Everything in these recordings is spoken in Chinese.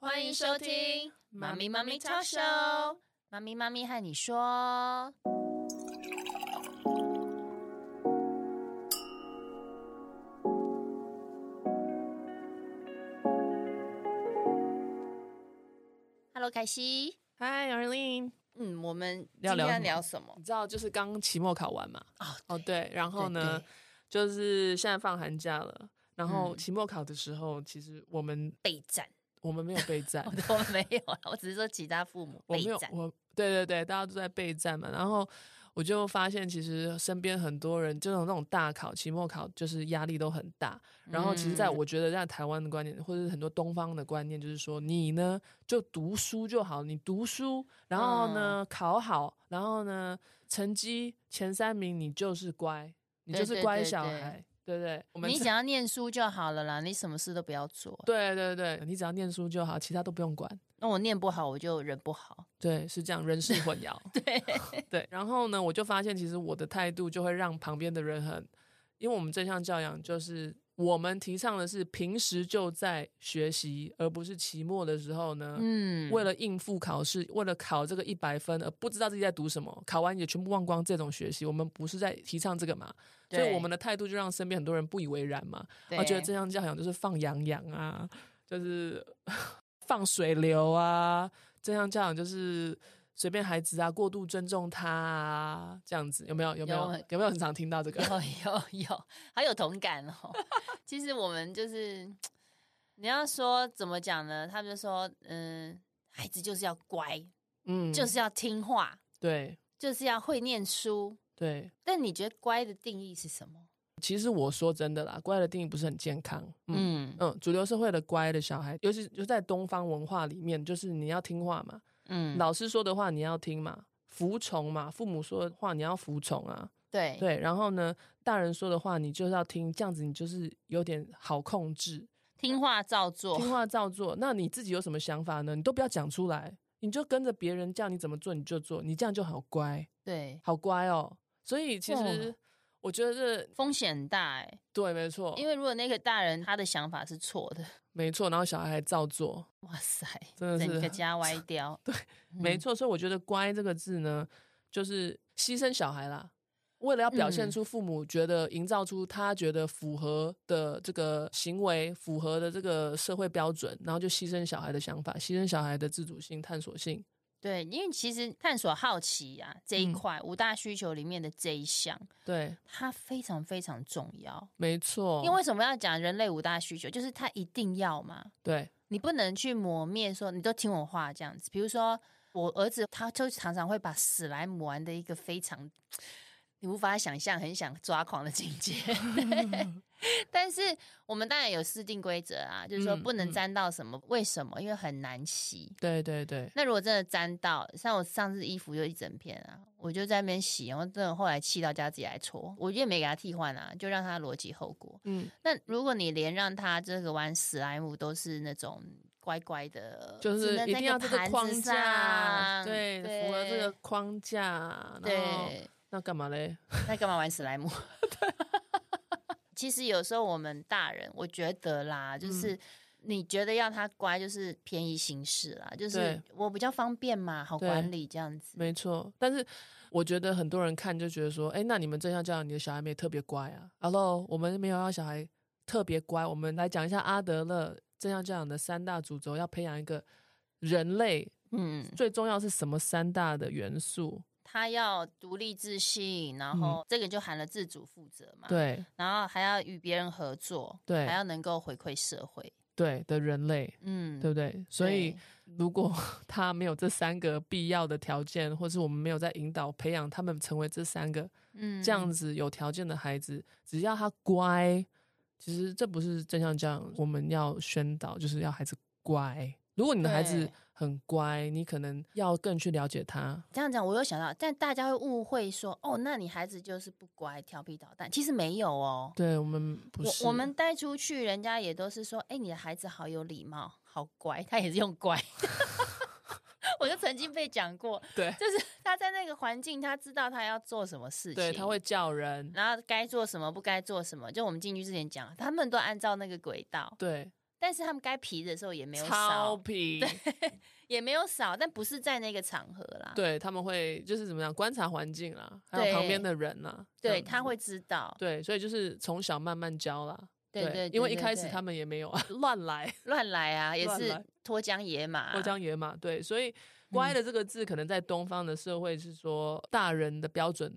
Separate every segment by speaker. Speaker 1: 欢迎收听《妈咪妈咪超秀》，
Speaker 2: 妈咪妈咪和你说，Hello，凯西。
Speaker 1: 嗨，Arlene，
Speaker 2: 嗯，我们今
Speaker 3: 要聊
Speaker 2: 天
Speaker 3: 什么
Speaker 2: 聊什么？
Speaker 1: 你知道就是刚期末考完嘛？
Speaker 2: 哦，
Speaker 1: 哦，对，然后呢，
Speaker 2: 对
Speaker 1: 就是现在放寒假了，然后
Speaker 2: 嗯
Speaker 1: 期末考的时候，其实我们
Speaker 2: 备战，
Speaker 1: 我们没有备战
Speaker 2: 我，我没有啦，我只是说其他父母
Speaker 1: 我
Speaker 2: 备
Speaker 1: 没有
Speaker 2: 战，。
Speaker 1: 我对对对，大家都在备战嘛，然后。我就发现，其实身边很多人，这种那种大考、期末考，就是压力都很大。然后，其实在
Speaker 2: 嗯
Speaker 1: 我觉得，在台湾的观念，或者是很多东方的观念，就是说，你呢就读书就好，你读书，然后
Speaker 2: 嗯
Speaker 1: 呢、考好，然后呢成绩前三名，你就是乖，你就
Speaker 2: 对
Speaker 1: 是
Speaker 2: 对
Speaker 1: 乖
Speaker 2: 对
Speaker 1: 小
Speaker 2: 对
Speaker 1: 孩，对不对？我们
Speaker 2: 你只要念书就好了啦，你什么事都不要做。
Speaker 1: 对对对，你只要念书就好，其他都不用管。
Speaker 2: 那我念不好，我就人不好。
Speaker 1: 对，是这样，人事混淆。
Speaker 2: 对，
Speaker 1: 对，然后呢，我就发现其实我的态度就会让旁边的人很，因为我们正向教养就是我们提倡的是平时就在学习，而不是期末的时候呢，
Speaker 2: 嗯，
Speaker 1: 为了应付考试，为了考这个一百分而不知道自己在读什么，考完也全部忘光这种学习，我们不是在提倡这个嘛，所以
Speaker 2: 对
Speaker 1: 我们的态度就让身边很多人不以为然嘛，
Speaker 2: 对
Speaker 1: 我哦觉得正向教养就是放羊羊啊，就是 放水流啊，正向教养就是随便孩子啊，过度尊重他啊，这样子有没有？有没有
Speaker 2: 有？
Speaker 1: 有没有很常听到 这个？
Speaker 2: 有哦有有，好有同感哦。 其实我们就是，你要说怎么讲呢？他们就说，嗯，孩子就是要乖，
Speaker 1: 嗯，
Speaker 2: 就是要听话，
Speaker 1: 对
Speaker 2: 就是要会念书。
Speaker 1: 对。
Speaker 2: 但你觉得乖的定义是什么？
Speaker 1: 其实我说真的啦，乖的定义不是很健康。嗯
Speaker 2: 嗯
Speaker 1: 嗯，主流社会的乖的小孩，尤其就在东方文化里面，就是你要听话嘛，
Speaker 2: 嗯，
Speaker 1: 老师说的话你要听嘛，服从嘛，父母说的话你要服从啊。
Speaker 2: 对
Speaker 1: 对，然后呢，大人说的话你就是要听，这样子你就是有点好控制，
Speaker 2: 听话照做。
Speaker 1: 听话照做。那你自己有什么想法呢？你都不要讲出来，你就跟着别人叫你怎么做你就做，你这样就好乖，
Speaker 2: 对，
Speaker 1: 好乖哦。所以其
Speaker 2: 哦
Speaker 1: 实我觉得这
Speaker 2: 风险很大哎、
Speaker 1: 对，没错，
Speaker 2: 因为如果那个大人他的想法是错的，
Speaker 1: 没错。然后小孩还照做，
Speaker 2: 哇塞，
Speaker 1: 真的是
Speaker 2: 整个家歪掉。嗯对，
Speaker 1: 没错。所以我觉得“乖”这个字呢，就是牺牲小孩啦。为了要表现
Speaker 2: 嗯
Speaker 1: 出父母觉得营造出他觉得符合的这个行为，符合的这个社会标准，然后就牺牲小孩的想法，牺牲小孩的自主性、探索性。
Speaker 2: 对，因为其实探索好奇啊这一
Speaker 1: 嗯
Speaker 2: 块、五大需求里面的这一项，
Speaker 1: 对，
Speaker 2: 它非常非常重要。
Speaker 1: 没错，
Speaker 2: 因为为什么要讲人类五大需求？就是它一定要嘛，
Speaker 1: 对
Speaker 2: 你不能去磨灭说你都听我话这样子。比如说我儿子，他就常常会把史莱姆玩的一个非常你无法想象、很想抓狂的境界。 但是我们当然有制定规则啊，就是说
Speaker 1: 嗯
Speaker 2: 不能
Speaker 1: 嗯
Speaker 2: 沾到什么，为什么？因为很难洗。
Speaker 1: 对对对，
Speaker 2: 那如果真的沾到，像我上次衣服就一整片啊，我就在那边洗，然后真的后来气到家自己来搓，我也没给他替换啊，就让他逻辑后果。
Speaker 1: 嗯，
Speaker 2: 那如果你连让他这个玩史莱姆都是那种乖乖的，
Speaker 1: 就是
Speaker 2: 只能
Speaker 1: 一
Speaker 2: 在
Speaker 1: 定要
Speaker 2: 个
Speaker 1: 这个
Speaker 2: 盘子
Speaker 1: 框架，
Speaker 2: 上
Speaker 1: 对，符合这个框架。然后，
Speaker 2: 对，
Speaker 1: 那干嘛嘞？
Speaker 2: 那干嘛玩史 莱姆？其实有时候我们大人，我觉得啦，
Speaker 1: 嗯
Speaker 2: 就是。你觉得要他乖，就是便宜行事啦，就是
Speaker 1: 对
Speaker 2: 我比较方便嘛，好
Speaker 1: 对
Speaker 2: 管理这样子。
Speaker 1: 没错，但是我觉得很多人看就觉得说，哎，那你们正向教养，你的小孩没有特别乖啊？Hello，我们没有要小孩特别乖，我们来讲一下阿德勒正向教养的三大主轴，要培养一个人类
Speaker 2: 嗯，
Speaker 1: 最重要是什么三大的元素？
Speaker 2: 他要独立自信，然后这个就含了自主负责
Speaker 1: 嗯
Speaker 2: 嘛，，
Speaker 1: 对
Speaker 2: 然后还要与别人合作，
Speaker 1: 对
Speaker 2: 还要能够回馈社会，
Speaker 1: 对的人类，
Speaker 2: 嗯，
Speaker 1: 对
Speaker 2: 对，
Speaker 1: 不对？所以如果他没有这三个必要的条件，或是我们没有在引导培养他们成为这三个
Speaker 2: 嗯
Speaker 1: 这样子有条件的孩子，只要他乖，其实这不是正向教养，我们要宣导就是要孩子乖。如果你的孩子
Speaker 2: 对
Speaker 1: 很乖，你可能要更去了解他。
Speaker 2: 这样讲，我有想到，但大家会误会说，哦，那你孩子就是不乖，调皮捣蛋，其实没有哦。
Speaker 1: 对我们不是
Speaker 2: 我我们带出去，人家也都是说，哎、你的孩子好有礼貌，好乖，他也是用乖。 我就曾经被讲过，
Speaker 1: 对
Speaker 2: 就是他在那个环境，他知道他要做什么事情，
Speaker 1: 对他会叫人，
Speaker 2: 然后该做什么不该做什么，就我们进去之前讲，他们都按照那个轨道，
Speaker 1: 对
Speaker 2: 但是他们该皮的时候也没有
Speaker 1: 超
Speaker 2: 少，
Speaker 1: 皮，
Speaker 2: 也没有少，但不是在那个场合啦。
Speaker 1: 对他们会就是怎么样观察环境啦，还
Speaker 2: 对
Speaker 1: 有旁边的人啦，这
Speaker 2: 对，
Speaker 1: 样子
Speaker 2: 他会知道。
Speaker 1: 对，所以就是从小慢慢教啦。
Speaker 2: 对对，
Speaker 1: 因为
Speaker 2: 对
Speaker 1: 一
Speaker 2: 对
Speaker 1: 开始
Speaker 2: 对
Speaker 1: 他们也没有 啊，乱来，
Speaker 2: 乱来啊，也
Speaker 1: 乱
Speaker 2: 是
Speaker 1: 来
Speaker 2: 脱缰野马，
Speaker 1: 我讲野马，对，所以“
Speaker 2: 嗯
Speaker 1: 乖”的这个字，可能在东方的社会是说大人的标准，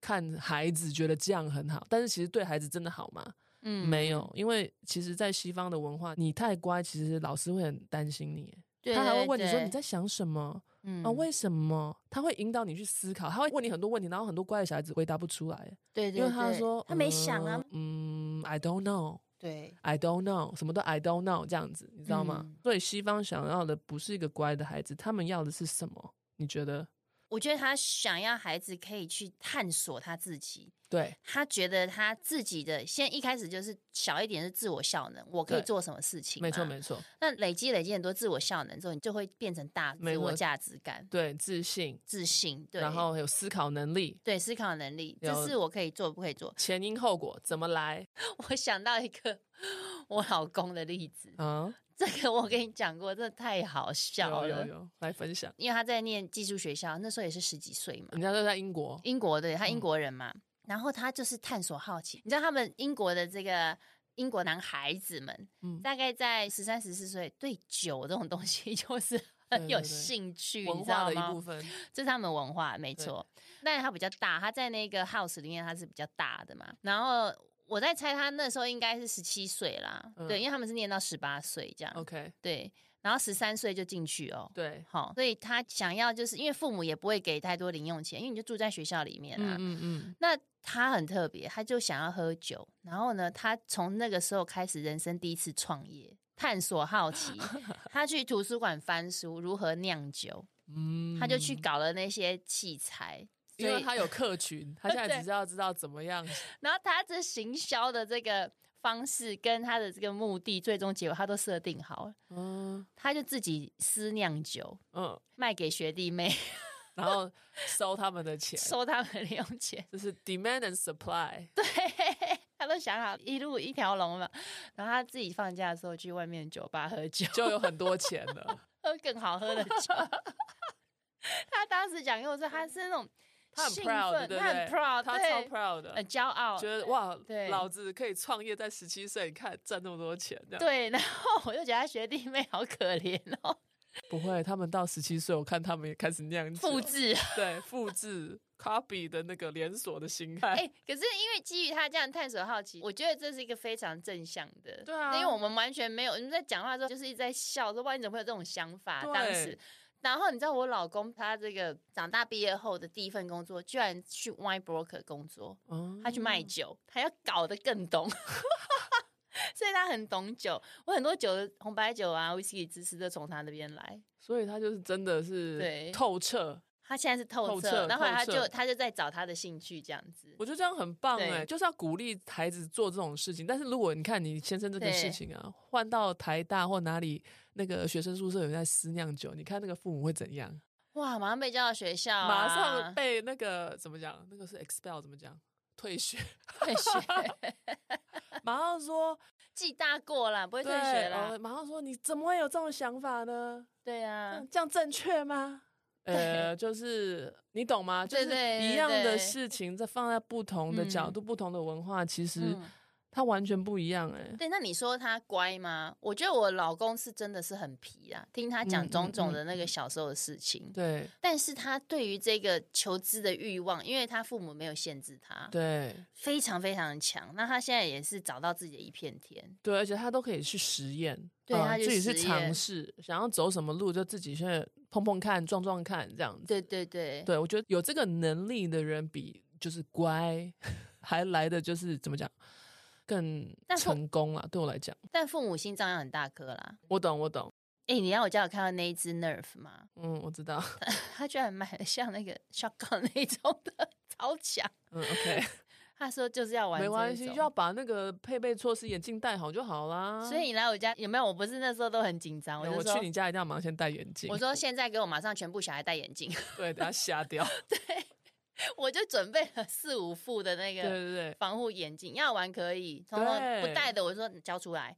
Speaker 1: 看孩子觉得这样很好，但是其实对孩子真的好吗？
Speaker 2: 嗯
Speaker 1: 没有，，因为其实，在西方的文化，你太乖，其实老师会很担心你，
Speaker 2: 对
Speaker 1: 他还会
Speaker 2: 对
Speaker 1: 问你说
Speaker 2: 对
Speaker 1: 你在想什么
Speaker 2: 嗯
Speaker 1: 啊？为什么？他会引导你去思考，他会问你很多问题，然后很多乖的小孩子回答不出来，
Speaker 2: 对对，
Speaker 1: 因为他
Speaker 2: 对
Speaker 1: 说
Speaker 2: 他没想啊
Speaker 1: 呃，嗯，I don't know。
Speaker 2: 对
Speaker 1: I don't know，什么都 I don't know 这样子，你知道吗？
Speaker 2: 嗯
Speaker 1: 所以西方想要的不是一个乖的孩子，他们要的是什么？你觉得？
Speaker 2: 我觉得他想要孩子可以去探索他自己，
Speaker 1: 对
Speaker 2: 他觉得他自己的先一开始就是小一点是自我效能，我可以
Speaker 1: 对
Speaker 2: 做什么事情嘛，
Speaker 1: 没错，没错，
Speaker 2: 那累积累积很多自我效能之后，你就会变成大自
Speaker 1: 没
Speaker 2: 我
Speaker 1: 错
Speaker 2: 价值感、
Speaker 1: 对，自信，
Speaker 2: 自信，对，
Speaker 1: 然后还有思考能力，
Speaker 2: 对思考能力，这
Speaker 1: 有
Speaker 2: 是我可以做不可以做。
Speaker 1: 前因后果怎么来
Speaker 2: 我想到一个我老公的例子，
Speaker 1: 啊？
Speaker 2: 这个我跟你讲过，这太好
Speaker 1: 有
Speaker 2: 笑嗯了。
Speaker 1: 有有，来分享。
Speaker 2: 因为他在念寄宿学校，那时候也是十几岁嘛，
Speaker 1: 人家都在英国，
Speaker 2: 英国对
Speaker 1: 嗯
Speaker 2: 他英国人嘛，然后他就是探索好奇，你知道他们英国的这个。英国男孩子们、
Speaker 1: 嗯
Speaker 2: 大概在十三、十四岁，对酒这种东西 就是很
Speaker 1: 对
Speaker 2: 有
Speaker 1: 对对
Speaker 2: 兴趣，
Speaker 1: 文
Speaker 2: 你知道
Speaker 1: 化的一
Speaker 2: 吗？
Speaker 1: 部 分，
Speaker 2: 这是他们文化，没
Speaker 1: 对
Speaker 2: 错。但是他比较大，他在那个 house 里面他是比较大的嘛。然后我在猜他那时候应该是十七岁啦，
Speaker 1: 嗯哦
Speaker 2: 对，因为他们是念到十八岁这样，
Speaker 1: OK，
Speaker 2: 对。然后十三岁就进去哦，
Speaker 1: 对，
Speaker 2: 好，所以他想要就是因为父母也不会给太多零用钱，因为你就住在学校里面啊。
Speaker 1: 嗯嗯嗯，
Speaker 2: 那他很特别，他就想要喝酒，然后呢，他从那个时候开始人生第一次创业，探索 好奇，他去图书馆翻书如何酿酒，
Speaker 1: 嗯
Speaker 2: 他就去，搞了那些器材，
Speaker 1: 因
Speaker 2: 所
Speaker 1: 为
Speaker 2: 以
Speaker 1: 他有客群，他现在只是要知道怎么样，
Speaker 2: 然后他这行销的这个方式跟他的这个目的，最终结果他都设定好了，
Speaker 1: 嗯
Speaker 2: 他就自己私酿酒。
Speaker 1: 嗯，
Speaker 2: 卖给学弟妹，
Speaker 1: 然后收他们的钱，
Speaker 2: 收他们零用钱，
Speaker 1: 就是 demand and supply，
Speaker 2: 他都想好一路一条龙嘛。然后他自己放假的时候去外面酒吧喝酒，
Speaker 1: 就有很多钱 了。
Speaker 2: 喝更好喝的酒。 他当时讲给我说，他是那种
Speaker 1: 他很
Speaker 2: 兴
Speaker 1: proud，
Speaker 2: 奋，
Speaker 1: 对不
Speaker 2: 他很
Speaker 1: 对
Speaker 2: proud，
Speaker 1: 他
Speaker 2: 对
Speaker 1: 超 proud 的
Speaker 2: 很，骄傲，
Speaker 1: 觉得哇
Speaker 2: 对，
Speaker 1: 老子可以创业，在十七岁，你看赚那么多钱，这样。
Speaker 2: 对。然后我就觉得他学弟妹好可怜哦，
Speaker 1: 不会，他们到十七岁，我看他们也开始酿酒，
Speaker 2: 复制。啊
Speaker 1: 对复 制 copy 的那个连锁的心态。
Speaker 2: 哎、可是因为基于他这样探索好奇，我觉得这是一个非常正向的。
Speaker 1: 对啊
Speaker 2: 因为我们完全没有你们在讲话的时候，就是一直在笑，说哇你怎么会有这种想法？
Speaker 1: 对
Speaker 2: 当时，然后你知道我老公他这个长大毕业后的第一份工作，居然去 wine broker 工作，
Speaker 1: 哦
Speaker 2: 他去卖酒，他要搞得更懂。 所以他很懂酒，我很多酒，红白酒啊、威士忌知识都从他那边来。
Speaker 1: 所以他就是真的
Speaker 2: 对
Speaker 1: 是透彻，
Speaker 2: 他现在是透
Speaker 1: 透
Speaker 2: 彻，
Speaker 1: 彻
Speaker 2: 然后后来他
Speaker 1: 透
Speaker 2: 就
Speaker 1: 彻
Speaker 2: 他就在找他的兴趣这样子。
Speaker 1: 我觉得这样很棒
Speaker 2: 对
Speaker 1: 哎、就是要鼓励孩子做这种事情。但是如果你看你先生这
Speaker 2: 对
Speaker 1: 个事情啊，换到台大或哪里那个学生宿舍有人在私酿酒，你看那个父母会怎样？
Speaker 2: 哇，马上被叫到学校、啊，
Speaker 1: 马上被那个怎么讲？那个是 expel 怎么讲？退 学，
Speaker 2: 退学，
Speaker 1: 马上说
Speaker 2: 记大过啦，不会退学啦
Speaker 1: 哦。马上说你怎么会有这种想法呢？
Speaker 2: 对啊，
Speaker 1: 这样正确 吗？呃，就是你懂吗？就
Speaker 2: 对
Speaker 1: 是
Speaker 2: 对对
Speaker 1: 一样
Speaker 2: 对
Speaker 1: 的事情，在放在不同的角度、不同的文化，其实
Speaker 2: 嗯，
Speaker 1: 它完全不一样哎、
Speaker 2: 对，那你说他乖吗？我觉得我老公是真的是很皮啊，听他讲
Speaker 1: 嗯嗯
Speaker 2: 种
Speaker 1: 嗯
Speaker 2: 种的那个小时候的事情，
Speaker 1: 对
Speaker 2: 但是他对于这个求知的欲望，因为他父母没有限制他，
Speaker 1: 对
Speaker 2: 非常非常强。那他现在也是找到自己的一片天，
Speaker 1: 对，而且他都可以去实验，
Speaker 2: 对
Speaker 1: 啊
Speaker 2: 他去
Speaker 1: 自己去
Speaker 2: 实
Speaker 1: 尝
Speaker 2: 验
Speaker 1: 试，想要走什么路就自己去碰碰看、撞撞看这样子。
Speaker 2: 对对对，
Speaker 1: 对，我觉得有这个能力的人比就是乖 还来的就是怎么讲更
Speaker 2: 但是我
Speaker 1: 成功啦。对我来讲，
Speaker 2: 但父母心脏要很大颗啦。
Speaker 1: 我懂，我懂，
Speaker 2: 哎、你让我叫我看到那一只 Nerf 吗？
Speaker 1: 嗯，我知 道，
Speaker 2: 他居然买了像那个 shotgun 那种的， 超强。
Speaker 1: 嗯，OK，
Speaker 2: 他说就是要 玩，
Speaker 1: 没关系，就要。把那个配备措施眼镜戴好就好啦。
Speaker 2: 所以你来我家有没有？我不是那时候都很紧张，
Speaker 1: 嗯。
Speaker 2: 我
Speaker 1: 我
Speaker 2: 就
Speaker 1: 去
Speaker 2: 说，
Speaker 1: 你家一定要马上先戴眼镜，
Speaker 2: 我说现在给我马上全部小孩戴眼镜，
Speaker 1: 对，等下瞎掉。
Speaker 2: 我就准备了四五副的那
Speaker 1: 对
Speaker 2: 个
Speaker 1: 对对，
Speaker 2: 防护眼镜，要玩可以，通通不
Speaker 1: 对
Speaker 2: 戴的我说你交出来，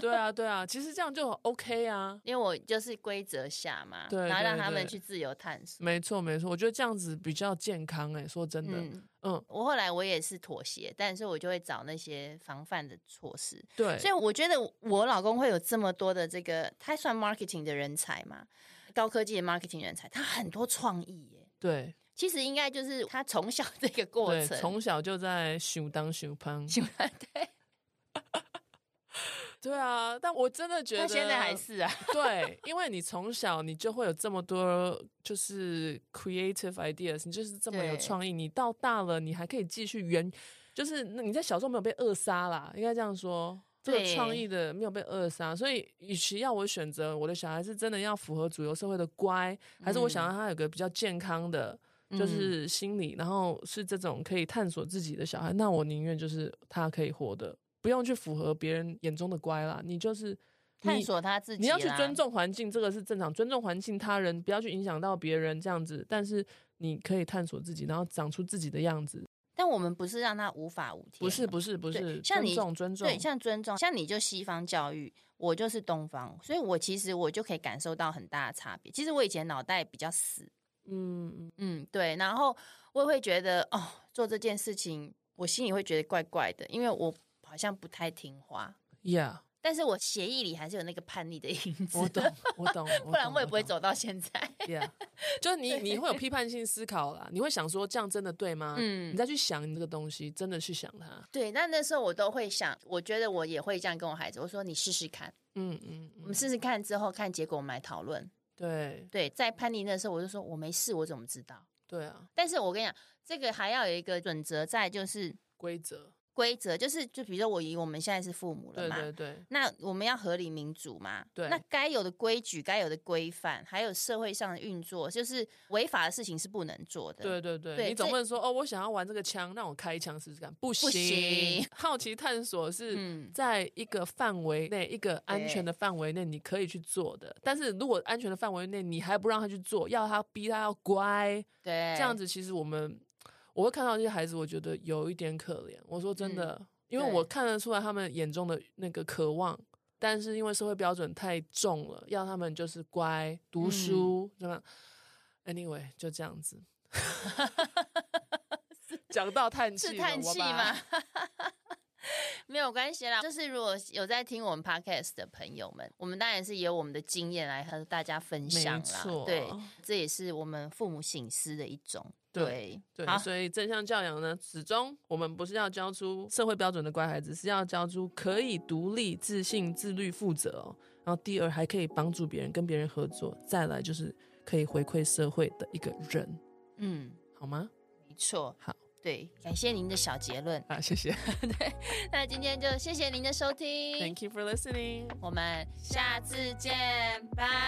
Speaker 1: 对啊，对啊，其实这样就很 OK 啊。
Speaker 2: 因为我就是规则下嘛，
Speaker 1: 对
Speaker 2: 然后让
Speaker 1: 对
Speaker 2: 他们
Speaker 1: 对
Speaker 2: 去自由探索。
Speaker 1: 没错，没错，我觉得这样子比较健康哎、说真的，嗯
Speaker 2: 嗯，我后来我也是妥协，但是我就会找那些防范的措施。
Speaker 1: 对，
Speaker 2: 所以我觉得我老公会有这么多的这个，他算 marketing 的人才嘛，高科技的 marketing 人才，他很多创意耶。
Speaker 1: 对，
Speaker 2: 其实应该就是他从小这个过
Speaker 1: 对，
Speaker 2: 程，
Speaker 1: 从小就在修当修胖，
Speaker 2: 对，
Speaker 1: 对啊，但我真的觉
Speaker 2: 他
Speaker 1: 得
Speaker 2: 现在还是啊，
Speaker 1: 对，因为你从小你就会有这么多就是 creative ideas，你就是这么有
Speaker 2: 对
Speaker 1: 创意，你到大了你还可以继续原，就是你在小时候没有被扼杀啦，应该这样说。这个
Speaker 2: 对
Speaker 1: 创意的没有被扼杀，所以与其要我选择我的小孩是真的要符合主流社会的乖，还是我想
Speaker 2: 嗯
Speaker 1: 让他有个比较健康的，就是心理，然后是这种可以探索自己的小孩，那我宁愿就是他可以活的，不用去符合别人眼中的乖啦，你就是
Speaker 2: 探
Speaker 1: 你
Speaker 2: 索他自己，
Speaker 1: 你要去尊，重环境，这个是正常，尊重环境、他人，不要去影响到别人这样子。但是你可以探索自己，然后长出自己的样子。但
Speaker 2: 但我们不是让他无法无天，
Speaker 1: 不是，不是不
Speaker 2: 对
Speaker 1: 是，
Speaker 2: 像
Speaker 1: 尊
Speaker 2: 你
Speaker 1: 重尊重，
Speaker 2: 对，像尊重，像你就西方教育，我就是东方，所以我其实我就可以感受到很大的差别。其实我以前脑袋比较死，
Speaker 1: 嗯，
Speaker 2: 嗯，对，然后我也会觉得哦，做这件事情，我心里会觉得怪怪的，因为我好像不太听话。
Speaker 1: ，Yeah，
Speaker 2: 但是我协议里还是有那个叛逆的影子，
Speaker 1: 我懂，我懂，
Speaker 2: 不然
Speaker 1: 懂
Speaker 2: 我也不会
Speaker 1: 懂
Speaker 2: 走到现在。
Speaker 1: Yeah，就是 你你会有批判性思考啦，你会想说这样真的对吗？
Speaker 2: 嗯
Speaker 1: 你再去想你这个东西，真的去想它。
Speaker 2: 对，那那时候我都会想，我觉得我也会这样跟我孩子，我说你试试看，
Speaker 1: 嗯嗯，
Speaker 2: 我
Speaker 1: 嗯
Speaker 2: 们试试看之后看结果，我们来讨论。
Speaker 1: 对
Speaker 2: 对，在叛逆那时候，我就说我没试，我怎么知道？
Speaker 1: 对啊，
Speaker 2: 但是我跟你讲，这个还要有一个准则在，就是
Speaker 1: 规则，
Speaker 2: 规则，就是就比如说我以我们现在是父母了
Speaker 1: 对
Speaker 2: 嘛，
Speaker 1: 对对，
Speaker 2: 那我们要合理民主嘛，
Speaker 1: 对
Speaker 2: 那该有的规矩、该有的规范，还有社会上的运作，就是违法的事情是不能做的。
Speaker 1: 对对对，
Speaker 2: 对
Speaker 1: 你总
Speaker 2: 这
Speaker 1: 不能说哦，我想要玩这个枪，让我开一枪试试看，不行。
Speaker 2: 行
Speaker 1: 好奇探 索是
Speaker 2: 嗯，
Speaker 1: 在一个范围内，一个安全的
Speaker 2: 对
Speaker 1: 范围内，你可以去做的。但是如果安全的范围内，你还不让他去做，要他逼他要乖，
Speaker 2: 对，
Speaker 1: 这样 子其实我们我会看到这些孩子，我觉得有一点可怜。我说真的，因为
Speaker 2: 嗯对
Speaker 1: 我看得出来他们眼中的那个渴望。但是因为社会标准太重了，要他们就是乖读
Speaker 2: 嗯
Speaker 1: 书，怎么样？Anyway，就这样子。 讲到叹气
Speaker 2: 是
Speaker 1: 了，
Speaker 2: 叹
Speaker 1: 我
Speaker 2: 气
Speaker 1: 把
Speaker 2: 吗？？ 没有关系啦，就是如果有在听我们 podcast 的朋友们，我们当然是有我们的经验来和大家分享
Speaker 1: 没
Speaker 2: 啦
Speaker 1: 错。
Speaker 2: 对，这也是我们父母醒思的一种。
Speaker 1: 对
Speaker 2: 对，
Speaker 1: 对，
Speaker 2: 好，
Speaker 1: 所以正向教养呢，始终我们不是要教出社会标准的乖孩子，是要教出可以独立、自信、自律、负责哦。然后第二，还可以帮助别人、跟别人合作。再来就是可以回馈社会的一个人，
Speaker 2: 嗯，
Speaker 1: 好吗？
Speaker 2: 没错，
Speaker 1: 好，
Speaker 2: 对，感谢您的小结论。
Speaker 1: 啊，谢 谢
Speaker 2: 那今天就谢谢您的收听，
Speaker 1: ，Thank you for listening。
Speaker 2: 我们下次见，拜。